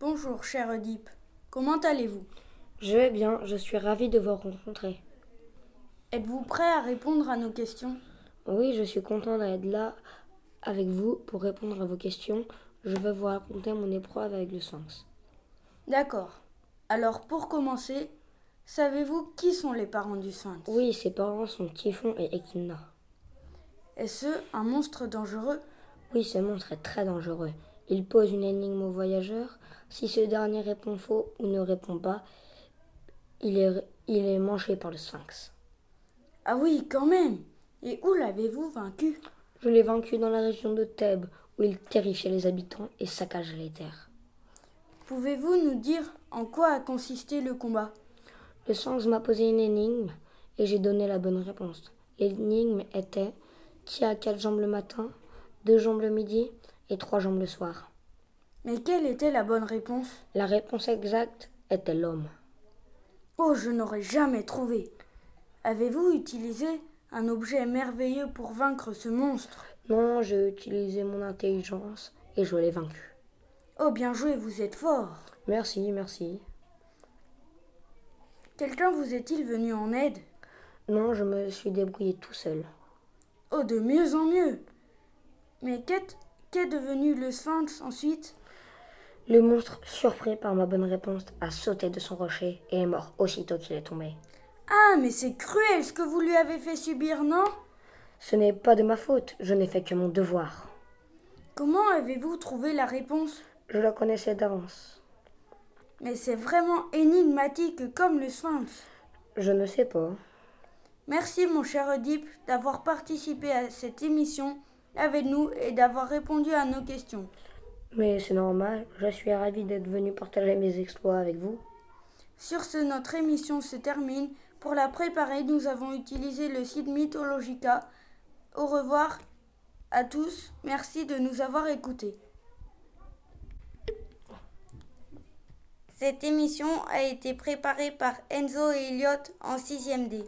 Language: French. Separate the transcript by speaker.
Speaker 1: Bonjour, cher Oedipe. Comment allez-vous
Speaker 2: Je vais bien, je suis ravie de vous rencontrer.
Speaker 1: Êtes-vous prêt à répondre à nos questions
Speaker 2: Oui, je suis content d'être là avec vous pour répondre à vos questions. Je vais vous raconter mon épreuve avec le sphinx.
Speaker 1: D'accord. Alors, pour commencer, savez-vous qui sont les parents du sphinx
Speaker 2: Oui, ses parents sont Typhon et Echidna.
Speaker 1: Est-ce un monstre dangereux
Speaker 2: Oui, ce monstre est très dangereux. Il pose une énigme au voyageur. Si ce dernier répond faux ou ne répond pas, il est, il est mangé par le sphinx.
Speaker 1: Ah oui, quand même Et où l'avez-vous vaincu
Speaker 2: Je l'ai vaincu dans la région de Thèbes, où il terrifiait les habitants et saccageait les terres.
Speaker 1: Pouvez-vous nous dire en quoi a consisté le combat
Speaker 2: Le sphinx m'a posé une énigme et j'ai donné la bonne réponse. L'énigme était qui a quatre jambes le matin, deux jambes le midi et trois jambes le soir.
Speaker 1: Mais quelle était la bonne réponse
Speaker 2: La réponse exacte était l'homme.
Speaker 1: Oh, je n'aurais jamais trouvé Avez-vous utilisé un objet merveilleux pour vaincre ce monstre
Speaker 2: Non, j'ai utilisé mon intelligence et je l'ai vaincu.
Speaker 1: Oh, bien joué, vous êtes fort
Speaker 2: Merci, merci.
Speaker 1: Quelqu'un vous est-il venu en aide
Speaker 2: Non, je me suis débrouillé tout seul.
Speaker 1: Oh, de mieux en mieux Mais qu'est qu'est devenu le sphinx ensuite
Speaker 2: Le monstre, surpris par ma bonne réponse, a sauté de son rocher et est mort aussitôt qu'il est tombé.
Speaker 1: Ah, mais c'est cruel ce que vous lui avez fait subir, non
Speaker 2: Ce n'est pas de ma faute, je n'ai fait que mon devoir.
Speaker 1: Comment avez-vous trouvé la réponse
Speaker 2: Je la connaissais d'avance.
Speaker 1: Mais c'est vraiment énigmatique comme le sphinx.
Speaker 2: Je ne sais pas.
Speaker 1: Merci, mon cher Oedipe, d'avoir participé à cette émission avec nous et d'avoir répondu à nos questions.
Speaker 2: Mais c'est normal, je suis ravi d'être venu partager mes exploits avec vous.
Speaker 1: Sur ce, notre émission se termine. Pour la préparer, nous avons utilisé le site Mythologica. Au revoir à tous. Merci de nous avoir écoutés. Cette émission a été préparée par Enzo et Elliot en 6e D.